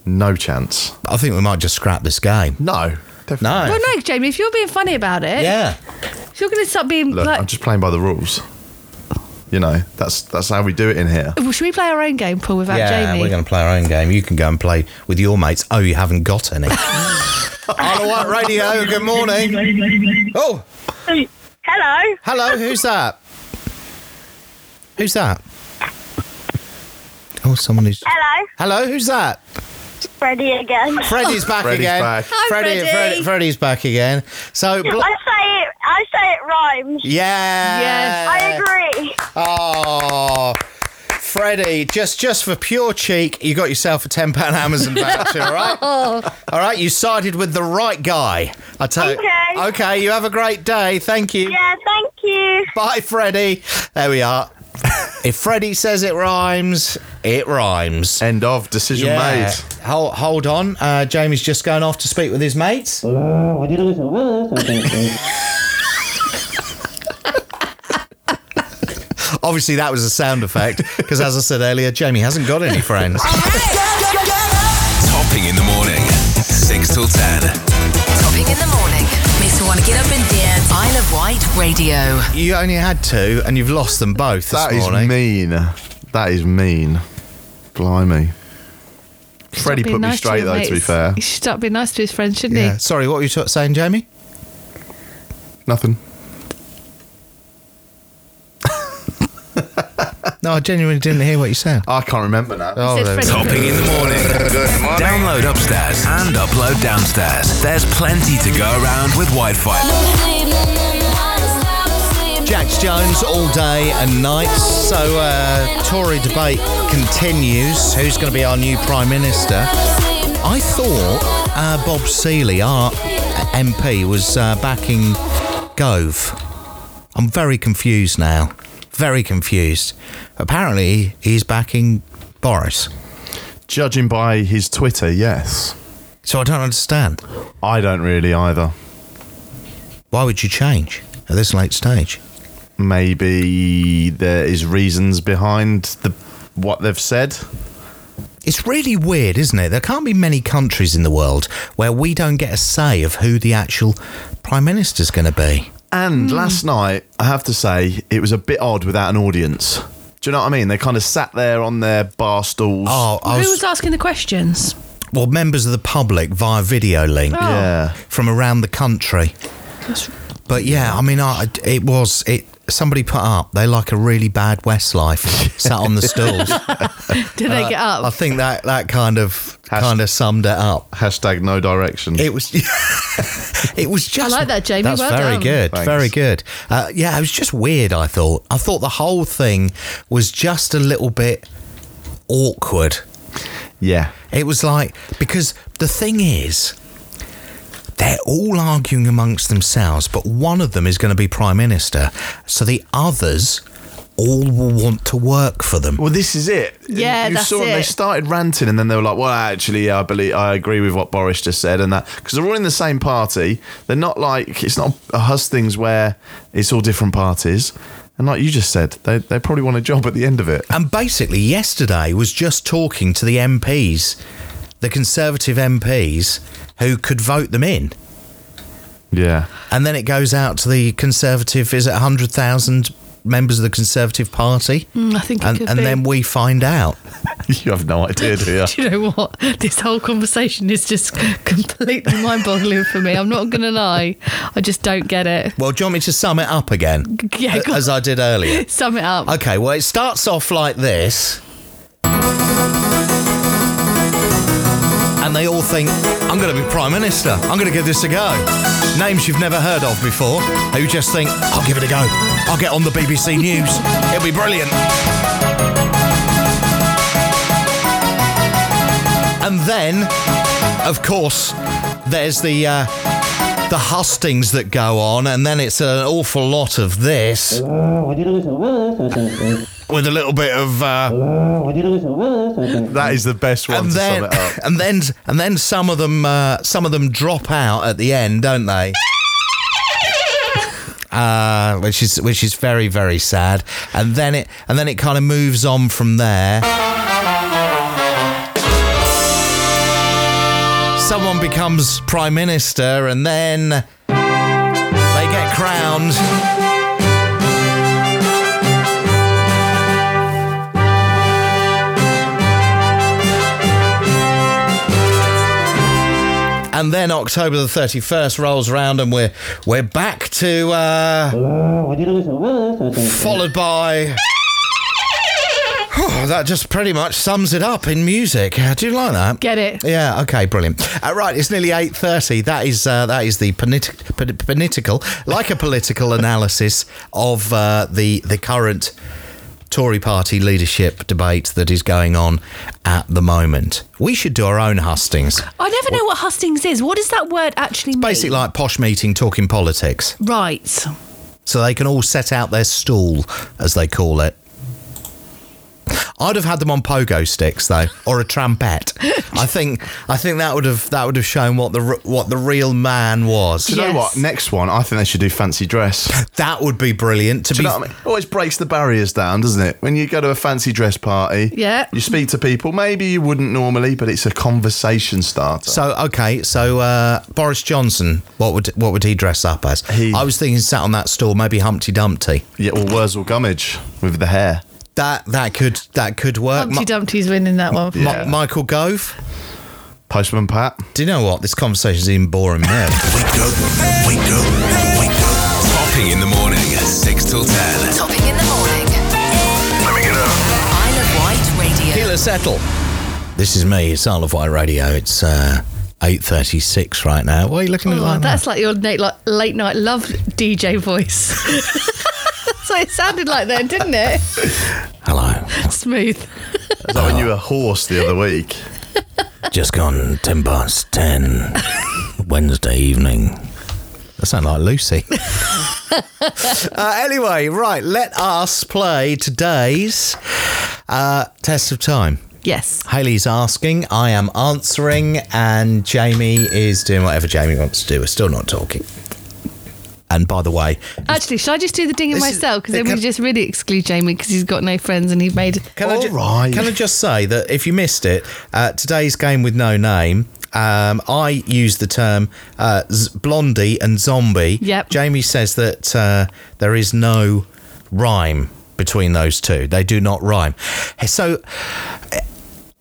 Speaker 8: No chance.
Speaker 6: I think we might just scrap this game.
Speaker 8: No.
Speaker 6: No.
Speaker 8: Definitely.
Speaker 7: Well, no, Jamie, if you're being funny about it,
Speaker 6: Yeah.
Speaker 7: if you're going to stop being
Speaker 8: Look,
Speaker 7: like,
Speaker 8: I'm just playing by the rules. You know, that's that's how we do it in here.
Speaker 7: well, should we play our own game, Paul, without
Speaker 6: yeah,
Speaker 7: Jamie?
Speaker 6: we're going to play our own game. You can go and play with your mates. Oh, you haven't got *laughs* any. Isle of Wight Radio, good morning. Oh,
Speaker 11: Hello,
Speaker 6: hello, who's that? Who's that? Oh, someone who's.
Speaker 11: hello,
Speaker 6: Hello, who's that?
Speaker 11: Freddie again.
Speaker 6: Freddie's back
Speaker 8: Freddie's
Speaker 6: again.
Speaker 8: back.
Speaker 7: Hi, Freddie.
Speaker 6: Freddie's back again. So, bl-
Speaker 11: I say it. I say it rhymes.
Speaker 6: yeah.
Speaker 11: I
Speaker 7: *laughs* Yes.
Speaker 11: agree.
Speaker 6: Oh, Freddie, just just for pure cheek, you got yourself a ten pound Amazon voucher, all right? all right, you sided with the right guy. I tell you.
Speaker 11: Okay.
Speaker 6: Okay, you have a great day. Thank you.
Speaker 11: Yeah, thank you.
Speaker 6: Bye, Freddie. There we are. *laughs* if Freddie says it rhymes, it rhymes.
Speaker 8: End of decision
Speaker 6: Yeah.
Speaker 8: made.
Speaker 6: Hold, hold on. Uh, Jamie's just going off to speak with his mates. Obviously, that was a sound
Speaker 8: *laughs*
Speaker 6: effect because, as I said earlier, Jamie hasn't got any friends.
Speaker 3: Topping in the morning, 6 till 10.
Speaker 2: Topping in the morning makes me want to get up and dance. Isle of Wight Radio.
Speaker 6: You only had two, and you've lost them both this
Speaker 8: That is
Speaker 6: morning.
Speaker 8: mean. That is mean. Blimey.
Speaker 7: Stop
Speaker 8: Freddie
Speaker 7: being
Speaker 8: put me
Speaker 7: nice
Speaker 8: straight
Speaker 7: your
Speaker 8: though, to be
Speaker 7: mates.
Speaker 8: fair.
Speaker 7: He should start being nice to his friends, shouldn't
Speaker 6: Yeah. Sorry, what were you t- saying, Jamie?
Speaker 8: Nothing.
Speaker 6: No, I genuinely didn't hear what you *laughs* said.
Speaker 8: I can't remember now.
Speaker 7: he? Said
Speaker 6: there we
Speaker 7: Freddie.
Speaker 3: Topping in the morning. Good morning. Download upstairs and upload downstairs. There's plenty to go around with Wi-Fi.
Speaker 6: Jax Jones all day and night. So, uh, Tory debate continues. Who's going to be our new Prime Minister? I thought uh, Bob Seeley, our MP, was uh, backing Gove. I'm very confused now. Very confused. Apparently, he's backing Boris.
Speaker 8: Judging by his Twitter, yes.
Speaker 6: So, I don't understand.
Speaker 8: I don't really either.
Speaker 6: Why would you change at this late stage?
Speaker 8: Maybe there is reasons behind the what they've said.
Speaker 6: It's really weird, isn't it? There can't be many countries in the world where we don't get a say of who the actual prime minister's going to be.
Speaker 8: And
Speaker 7: Hmm.
Speaker 8: last night, I have to say, it was a bit odd without an audience. Do you know what I mean? They kind of sat there on their bar stools.
Speaker 6: Oh, I
Speaker 7: Who
Speaker 6: was,
Speaker 7: was asking the questions?
Speaker 6: well, members of the public via video link
Speaker 7: Oh,
Speaker 8: yeah.
Speaker 6: from around the country. But yeah, I mean, I, it was it somebody put up. They're like a really bad Westlife sat on the stools.
Speaker 7: Did they get up?
Speaker 6: I think that that kind of kind of summed it up.
Speaker 8: Hashtag no direction.
Speaker 6: It was *laughs* it was just
Speaker 7: like that, Jamie.
Speaker 6: That's
Speaker 7: Well
Speaker 6: very
Speaker 7: done.
Speaker 6: good.
Speaker 8: Thanks.
Speaker 6: Very good. Uh, yeah, it was just weird. I thought. I thought the whole thing was just a little bit awkward.
Speaker 8: Yeah.
Speaker 6: It was like because the thing is, they're all arguing amongst themselves, but one of them is going to be prime minister, so the others all will want to work for them.
Speaker 8: Well, this is it.
Speaker 7: Yeah,
Speaker 8: you
Speaker 7: that's
Speaker 8: saw 'em, They
Speaker 7: it.
Speaker 8: started ranting, and then they were like, "Well, actually, I believe I agree with what Boris just said," and that because they're all in the same party. They're not like it's not a hus things where it's all different parties. And like you just said, they they probably want a job at the end of it.
Speaker 6: And basically, yesterday was just talking to the MPs, the Conservative MPs, who could vote them in.
Speaker 8: Yeah,
Speaker 6: And then it goes out to the Conservative, is it 100,000 members of the Conservative Party?
Speaker 7: Mm, I think it
Speaker 6: And,
Speaker 7: could
Speaker 6: and
Speaker 7: be.
Speaker 6: then we find out.
Speaker 8: *laughs* you have no idea, do you?
Speaker 7: Do you know what? This whole conversation is just completely mind boggling for me. I'm not going to lie. I just don't get it. *laughs*
Speaker 6: Well, do you want me to sum it up again?
Speaker 7: Yeah, go on.
Speaker 6: As I did earlier.
Speaker 7: Sum it up.
Speaker 6: Okay, well, it starts off like this. And they all think, I'm going to be Prime Minister. I'm going to give this a go. Names you've never heard of before, who just think, I'll give it a go. I'll get on the BBC News. It'll be brilliant. And then, of course, there's the. Uh, the hustings that go on, and then it's an awful lot of this with a little bit of uh,
Speaker 8: *laughs* That is the best one
Speaker 6: and
Speaker 8: to
Speaker 6: then
Speaker 8: sum it up.
Speaker 6: *laughs* and then and then some of them uh, some of them drop out at the end, don't they? *laughs* Uh, which is which is very very sad, and then it and then it kind of moves on from there. Someone becomes prime minister, and then they get crowned. and then October the 31st rolls around and we're we're back to uh, followed by *sighs* Oh, that just pretty much sums it up in music. Uh, Do you like that?
Speaker 7: Get it?
Speaker 6: Yeah. Okay. Brilliant. Uh, right. It's nearly eight thirty. That is uh, that is the politi- pol- political, like a political analysis of uh, the the current Tory party leadership debate that is going on at the moment. We should do our own hustings.
Speaker 7: I never know what hustings is. What does that word actually mean?
Speaker 6: Basically, like Uh, posh meeting talking politics,
Speaker 7: Right.
Speaker 6: so they can all set out their stool, as they call it. I'd have had them on pogo sticks though, or a trampette.
Speaker 8: *laughs*
Speaker 6: I think I think that would have that would have shown what the r- what the real man was.
Speaker 8: Do *laughs* you
Speaker 7: Yes.
Speaker 8: know what? Next one, I think they should do fancy dress. *laughs*
Speaker 6: That would be brilliant. To
Speaker 8: Do
Speaker 6: be
Speaker 8: you know what I mean? Always breaks the barriers down, doesn't it? When you go to a fancy dress party,
Speaker 7: Yeah.
Speaker 8: you speak to people. Maybe you wouldn't normally, but it's a conversation starter.
Speaker 6: so okay. So uh, Boris Johnson, what would what would he dress up as?
Speaker 8: He-
Speaker 6: I was thinking sat on that stool, maybe Humpty Dumpty.
Speaker 8: yeah, or Wurzel Gummidge with the hair.
Speaker 6: That that could that could work.
Speaker 7: Humpty
Speaker 6: Mi-
Speaker 7: Dumpty's winning that one.
Speaker 6: Mi-
Speaker 8: Yeah.
Speaker 6: Michael Gove.
Speaker 8: Postman Pat.
Speaker 6: Do you know what? This conversation's even boring me.
Speaker 3: Wake up, wake up, wake up. Topping in the morning at 6 till 10.
Speaker 2: Topping in the morning.
Speaker 3: Let me get up.
Speaker 2: Isle of Wight Radio.
Speaker 6: Keeler Settle. This is me. It's Isle of Wight Radio. It's uh, eight thirty-six right now. Why are you looking at me
Speaker 7: Oh,
Speaker 6: like
Speaker 7: that's
Speaker 6: that?
Speaker 7: like your late, like, late night love DJ voice. *laughs* that's what it sounded like then, didn't it? *laughs*
Speaker 6: Hello.
Speaker 7: Smooth.
Speaker 8: Is that when you were horse the other *laughs* week?
Speaker 6: Just gone ten past ten. Wednesday evening. That sounds like
Speaker 7: *laughs*
Speaker 6: Lucy. uh, anyway, right. Let us play today's uh, test of time.
Speaker 7: Yes.
Speaker 6: Haley's asking, I am answering, and Jamie is doing whatever Jamie wants to do. We're still not talking. And by the way,
Speaker 7: Actually, should I just do the ding in
Speaker 6: This is-
Speaker 7: myself? Because then
Speaker 6: can-
Speaker 7: we just really exclude Jamie because he's got no friends and he's made. Oh,
Speaker 6: Can I, ju-
Speaker 8: Alright.
Speaker 6: can I just say that if you missed it, uh, today's game with no name, um, I used the term uh, z- blondie and zombie.
Speaker 7: Yep.
Speaker 6: Jamie says that uh, there is no rhyme between those two, they do not rhyme. So.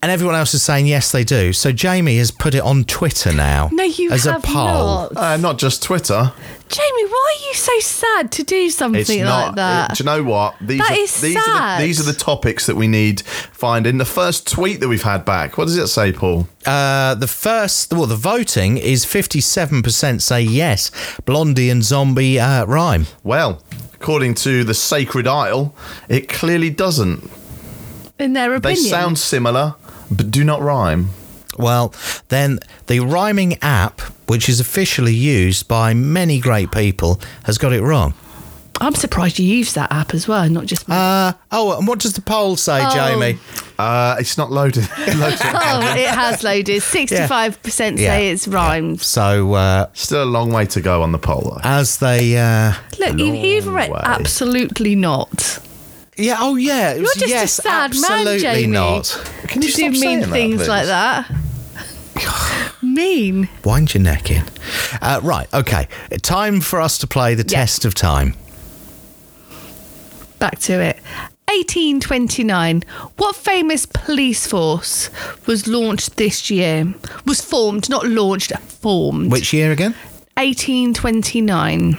Speaker 6: And everyone else is saying yes, they do. So Jamie has put it on Twitter now.
Speaker 7: No, you
Speaker 6: as
Speaker 7: have
Speaker 6: a poll.
Speaker 7: not. Uh,
Speaker 8: not just Twitter.
Speaker 7: Jamie, why are you so sad to do something
Speaker 8: It's not.
Speaker 7: like that?
Speaker 8: it- do you know what? These
Speaker 7: That
Speaker 8: are,
Speaker 7: is
Speaker 8: these Are
Speaker 7: sad.
Speaker 8: the, these are the topics that we need finding. The first tweet that we've had back. What does it say, Paul?
Speaker 6: Uh, the first, well, the voting is 57% say yes, Blondie and Zombie uh, rhyme.
Speaker 8: Well, according to the Sacred Isle, it clearly doesn't.
Speaker 7: In their
Speaker 8: They
Speaker 7: opinion,
Speaker 8: sound similar, but do not rhyme.
Speaker 6: Well, then the rhyming app, which is officially used by many great people, has got it wrong.
Speaker 7: I'm surprised you use that app as well, not just me.
Speaker 6: Uh, oh, and what does the poll say,
Speaker 7: Oh.
Speaker 6: Jamie?
Speaker 8: Uh, it's not loaded. *laughs*
Speaker 7: oh, it has loaded. 65% say
Speaker 6: Yeah.
Speaker 7: it's rhymes.
Speaker 6: So, uh,
Speaker 8: Still a long way to go on the poll, though.
Speaker 6: as they, uh,
Speaker 7: Look, you you've read
Speaker 8: way.
Speaker 7: absolutely not.
Speaker 6: yeah, oh yeah, it
Speaker 7: You're
Speaker 6: was
Speaker 7: just
Speaker 6: yes,
Speaker 7: a sad man,
Speaker 6: absolutely
Speaker 7: Jamie.
Speaker 6: not.
Speaker 7: Can
Speaker 8: you
Speaker 7: do
Speaker 8: stop saying
Speaker 7: mean
Speaker 8: that,
Speaker 7: things
Speaker 8: please?
Speaker 7: like that? mean.
Speaker 6: Wind your neck in. Uh, right, okay, time for us to play the
Speaker 7: Yeah.
Speaker 6: test of time.
Speaker 7: Back to it. 1829. What famous police force was launched this year? Was formed, not launched, formed.
Speaker 6: Which year again?
Speaker 7: 1829.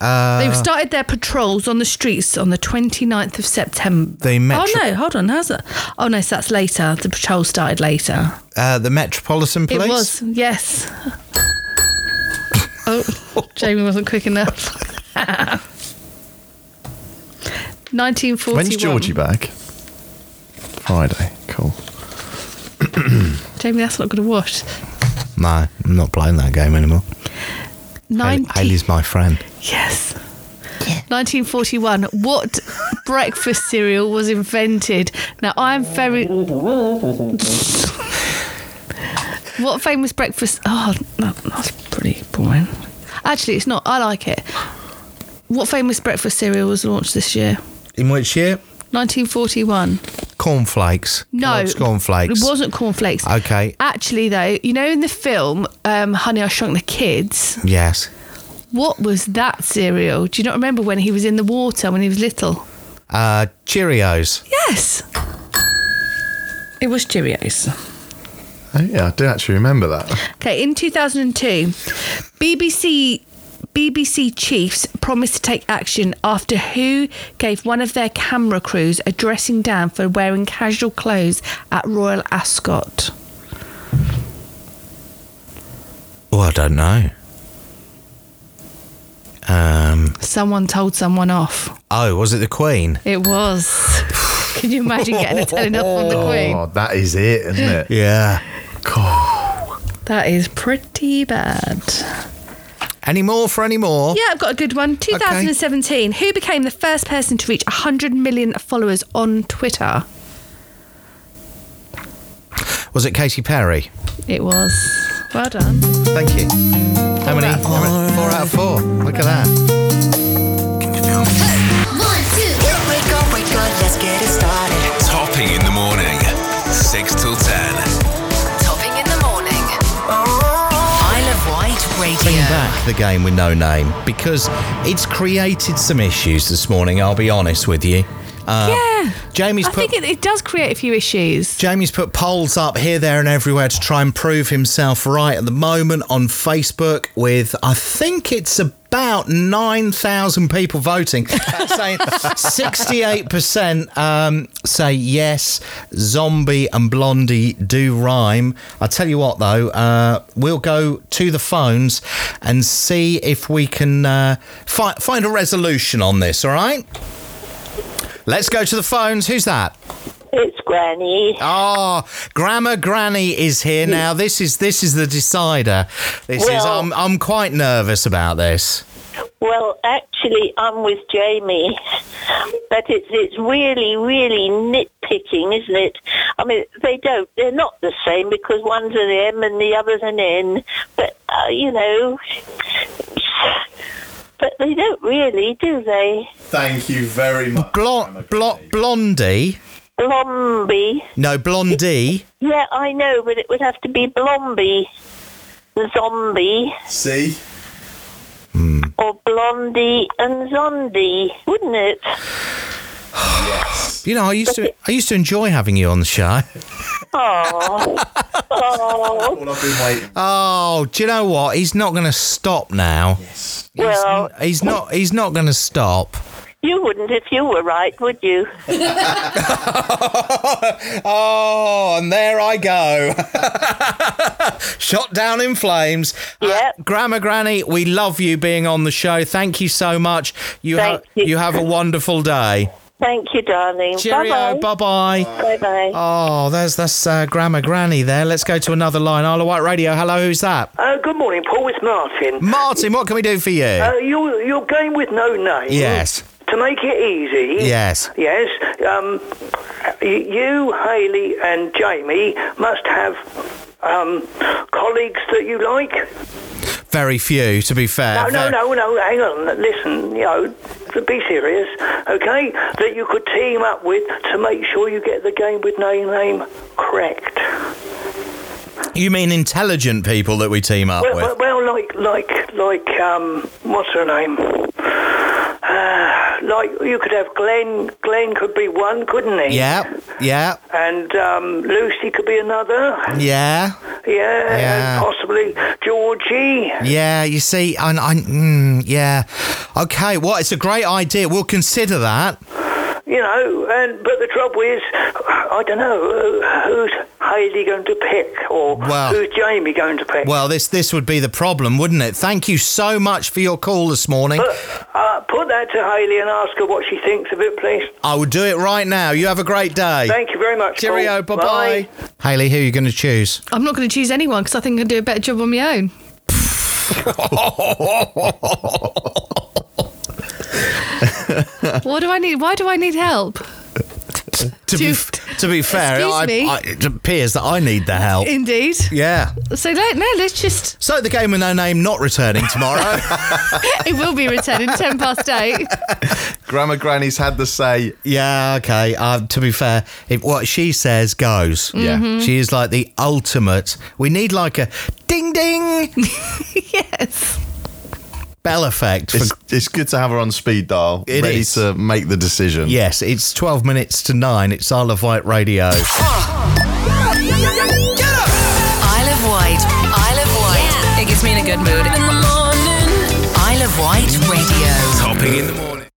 Speaker 6: Uh,
Speaker 7: They've started their patrols on the streets on the 29th of September.
Speaker 6: The metro-
Speaker 7: Oh no, hold on, how's that? Oh no, so that's later. The patrol started later.
Speaker 6: Uh, the Metropolitan Police.
Speaker 7: It was, yes. oh, Jamie wasn't quick enough. 1941.
Speaker 8: When's Georgie back? Friday. Cool.
Speaker 7: Jamie, that's not going to wash.
Speaker 6: No, I'm not playing that game anymore.
Speaker 7: 19.
Speaker 6: Haley's my friend.
Speaker 7: Yes. 1941. What breakfast cereal was invented? Now I'm very. what famous breakfast? Oh, no, that's pretty boring. Actually, it's not. I like it. What famous breakfast cereal was launched this year?
Speaker 6: In which year?
Speaker 7: 1941.
Speaker 6: Cornflakes.
Speaker 7: No,
Speaker 6: Kellogg's Oh, cornflakes.
Speaker 7: It wasn't cornflakes.
Speaker 6: Okay.
Speaker 7: Actually, though, you know in the film um, "Honey, I Shrunk the Kids,"
Speaker 6: Yes.
Speaker 7: what was that cereal? Do you not remember when he was in the water when he was little?
Speaker 6: Uh, Cheerios.
Speaker 7: Yes. It was Cheerios.
Speaker 8: Oh, yeah, I do actually remember that.
Speaker 7: Okay, in 2002, BBC BBC chiefs promised to take action after who gave one of their camera crews a dressing down for wearing casual clothes at Royal Ascot.
Speaker 6: Oh, I don't know. Um.
Speaker 7: Someone told someone off.
Speaker 6: Oh, was it the Queen?
Speaker 7: It was. Can you imagine getting a telling off on the Queen?
Speaker 8: Oh, that is it, isn't it?
Speaker 6: Yeah.
Speaker 7: That is pretty bad.
Speaker 6: Any more for any more?
Speaker 7: Yeah, I've got a good one. 2017. Who became the first person to reach 100 million followers on Twitter?
Speaker 6: Was it Katy Perry?
Speaker 7: It was. Well done.
Speaker 6: Thank you. How many? How many? Four out of four. Look at that.
Speaker 2: Wake up, wake up, let's get it started.
Speaker 3: Topping in the morning, 6 till 10.
Speaker 2: Topping in the morning. I Love White
Speaker 6: Bring
Speaker 2: Radio.
Speaker 6: back the game with no name because it's created some issues this morning. I'll be honest with you. Uh,
Speaker 7: yeah.
Speaker 6: Jamie's
Speaker 7: I
Speaker 6: put
Speaker 7: think it, it does create a few issues.
Speaker 6: Jamie's put polls up here, there, and everywhere to try and prove himself right at the moment on Facebook with, I think it's about 9,000 people voting. That's saying 68% um, say yes, Zombie and Blondie do rhyme. I tell you what, though, uh, we'll go to the phones and see if we can uh, fi- find a resolution on this, all right? Let's go to the phones. Who's that?
Speaker 11: It's Granny.
Speaker 6: Oh, Grammar Granny is here now. This is this is the decider. This is
Speaker 11: Well-
Speaker 6: I'm I'm quite nervous about this.
Speaker 11: Well, actually, I'm with Jamie, but it's it's really really nitpicking, isn't it? I mean, they don't they're not the same because one's an M and the other's an N, but uh, you know, but they don't really, do they?
Speaker 8: *laughs* Thank you very much.
Speaker 6: Blo- blo- blondie.
Speaker 11: Blomby.
Speaker 6: No, blondie.
Speaker 11: Yeah, I know, but it would have to be Blomby, Zombie,
Speaker 8: See?
Speaker 11: or Blondie and Zondi, wouldn't it?
Speaker 6: You know, I used to I used to enjoy having you on the show.
Speaker 11: Oh. oh.
Speaker 6: Oh, do you know what? He's not going to stop now.
Speaker 12: Oh.
Speaker 11: Well,
Speaker 6: He's not. He's not going to stop. *laughs*
Speaker 11: you wouldn't if you were right, would you?
Speaker 6: Uh, Oh, and there I go. *laughs* Shot down in flames.
Speaker 11: Yep.
Speaker 6: Grandma Granny, we love you being on the show. Thank you so much. You
Speaker 11: Thank
Speaker 6: ha-
Speaker 11: you.
Speaker 6: you have a wonderful day.
Speaker 11: Thank you, darling. Bye
Speaker 6: Cheerio. Bye bye.
Speaker 11: bye. Bye bye.
Speaker 6: Oh, there's that's uh, Grandma Granny there. Let's go to another line. Isle of White Radio. Hello, who's that?
Speaker 12: Uh, good morning, Paul. It's Martin.
Speaker 6: Martin, what can we do for you?
Speaker 12: Uh, your your game with no name.
Speaker 6: yes.
Speaker 12: To make it easy.
Speaker 6: Yes.
Speaker 12: Yes. Um, y- you, Haley, and Jamie must have um, colleagues that you like.
Speaker 6: Very few, to be fair. Very-
Speaker 12: No, no, no, no. Hang on. Listen. You know, to be serious, okay? That you could team up with to make sure you get the game with no name correct.
Speaker 6: You mean intelligent people that we team up
Speaker 12: Well,
Speaker 6: with?
Speaker 12: well, well, like, like, like, um, what's her name? Uh, like, you could have Glenn. Glenn could be one, couldn't he?
Speaker 6: yeah, yeah,
Speaker 12: And um, Lucy could be another.
Speaker 6: yeah,
Speaker 12: Yeah.
Speaker 6: Yeah.
Speaker 12: And possibly Georgie.
Speaker 6: yeah. You see, I, I, mm, yeah. Okay, well, it's a great idea. We'll consider that.
Speaker 12: You know. And but the trouble is, I don't know uh, who's Hayley going to pick or
Speaker 6: Well-
Speaker 12: who's Jamie going to pick.
Speaker 6: Well, this this would be the problem, wouldn't it? Thank you so much for your call this morning.
Speaker 12: uh, put that to Hayley and ask her what she thinks of it, please.
Speaker 6: I will do it right now. You have a great day.
Speaker 12: Thank you very much. Paul.
Speaker 6: Cheerio. Bye bye. Haley, who are you going to choose?
Speaker 7: I'm not going to choose anyone because I think I can do a better job on my own. what do I need? Why do I need help?
Speaker 6: To be
Speaker 7: Just-
Speaker 6: f- to be fair,
Speaker 7: Excuse
Speaker 6: I,
Speaker 7: me?
Speaker 6: I, it appears that I need the help.
Speaker 7: Indeed.
Speaker 6: yeah.
Speaker 7: So let, no, let's just.
Speaker 6: So the game with no name not returning tomorrow.
Speaker 7: It will be returning ten past eight.
Speaker 8: Grandma Granny's had the say.
Speaker 6: Yeah, okay. Um, to be fair, if what she says goes.
Speaker 8: Yeah. Mhm.
Speaker 6: She is like the ultimate. We need like a ding ding
Speaker 7: yes.
Speaker 6: bell effect. For,
Speaker 8: It's, it's good to have her on speed dial,
Speaker 6: It
Speaker 8: ready
Speaker 6: is.
Speaker 8: to make the decision.
Speaker 6: yes, it's 12 minutes to nine. It's Isle of Wight Radio.
Speaker 2: Isle of Wight. Isle of Wight. It gets me in a good mood. In the morning. Isle of Wight Radio.
Speaker 3: Topping in the morning.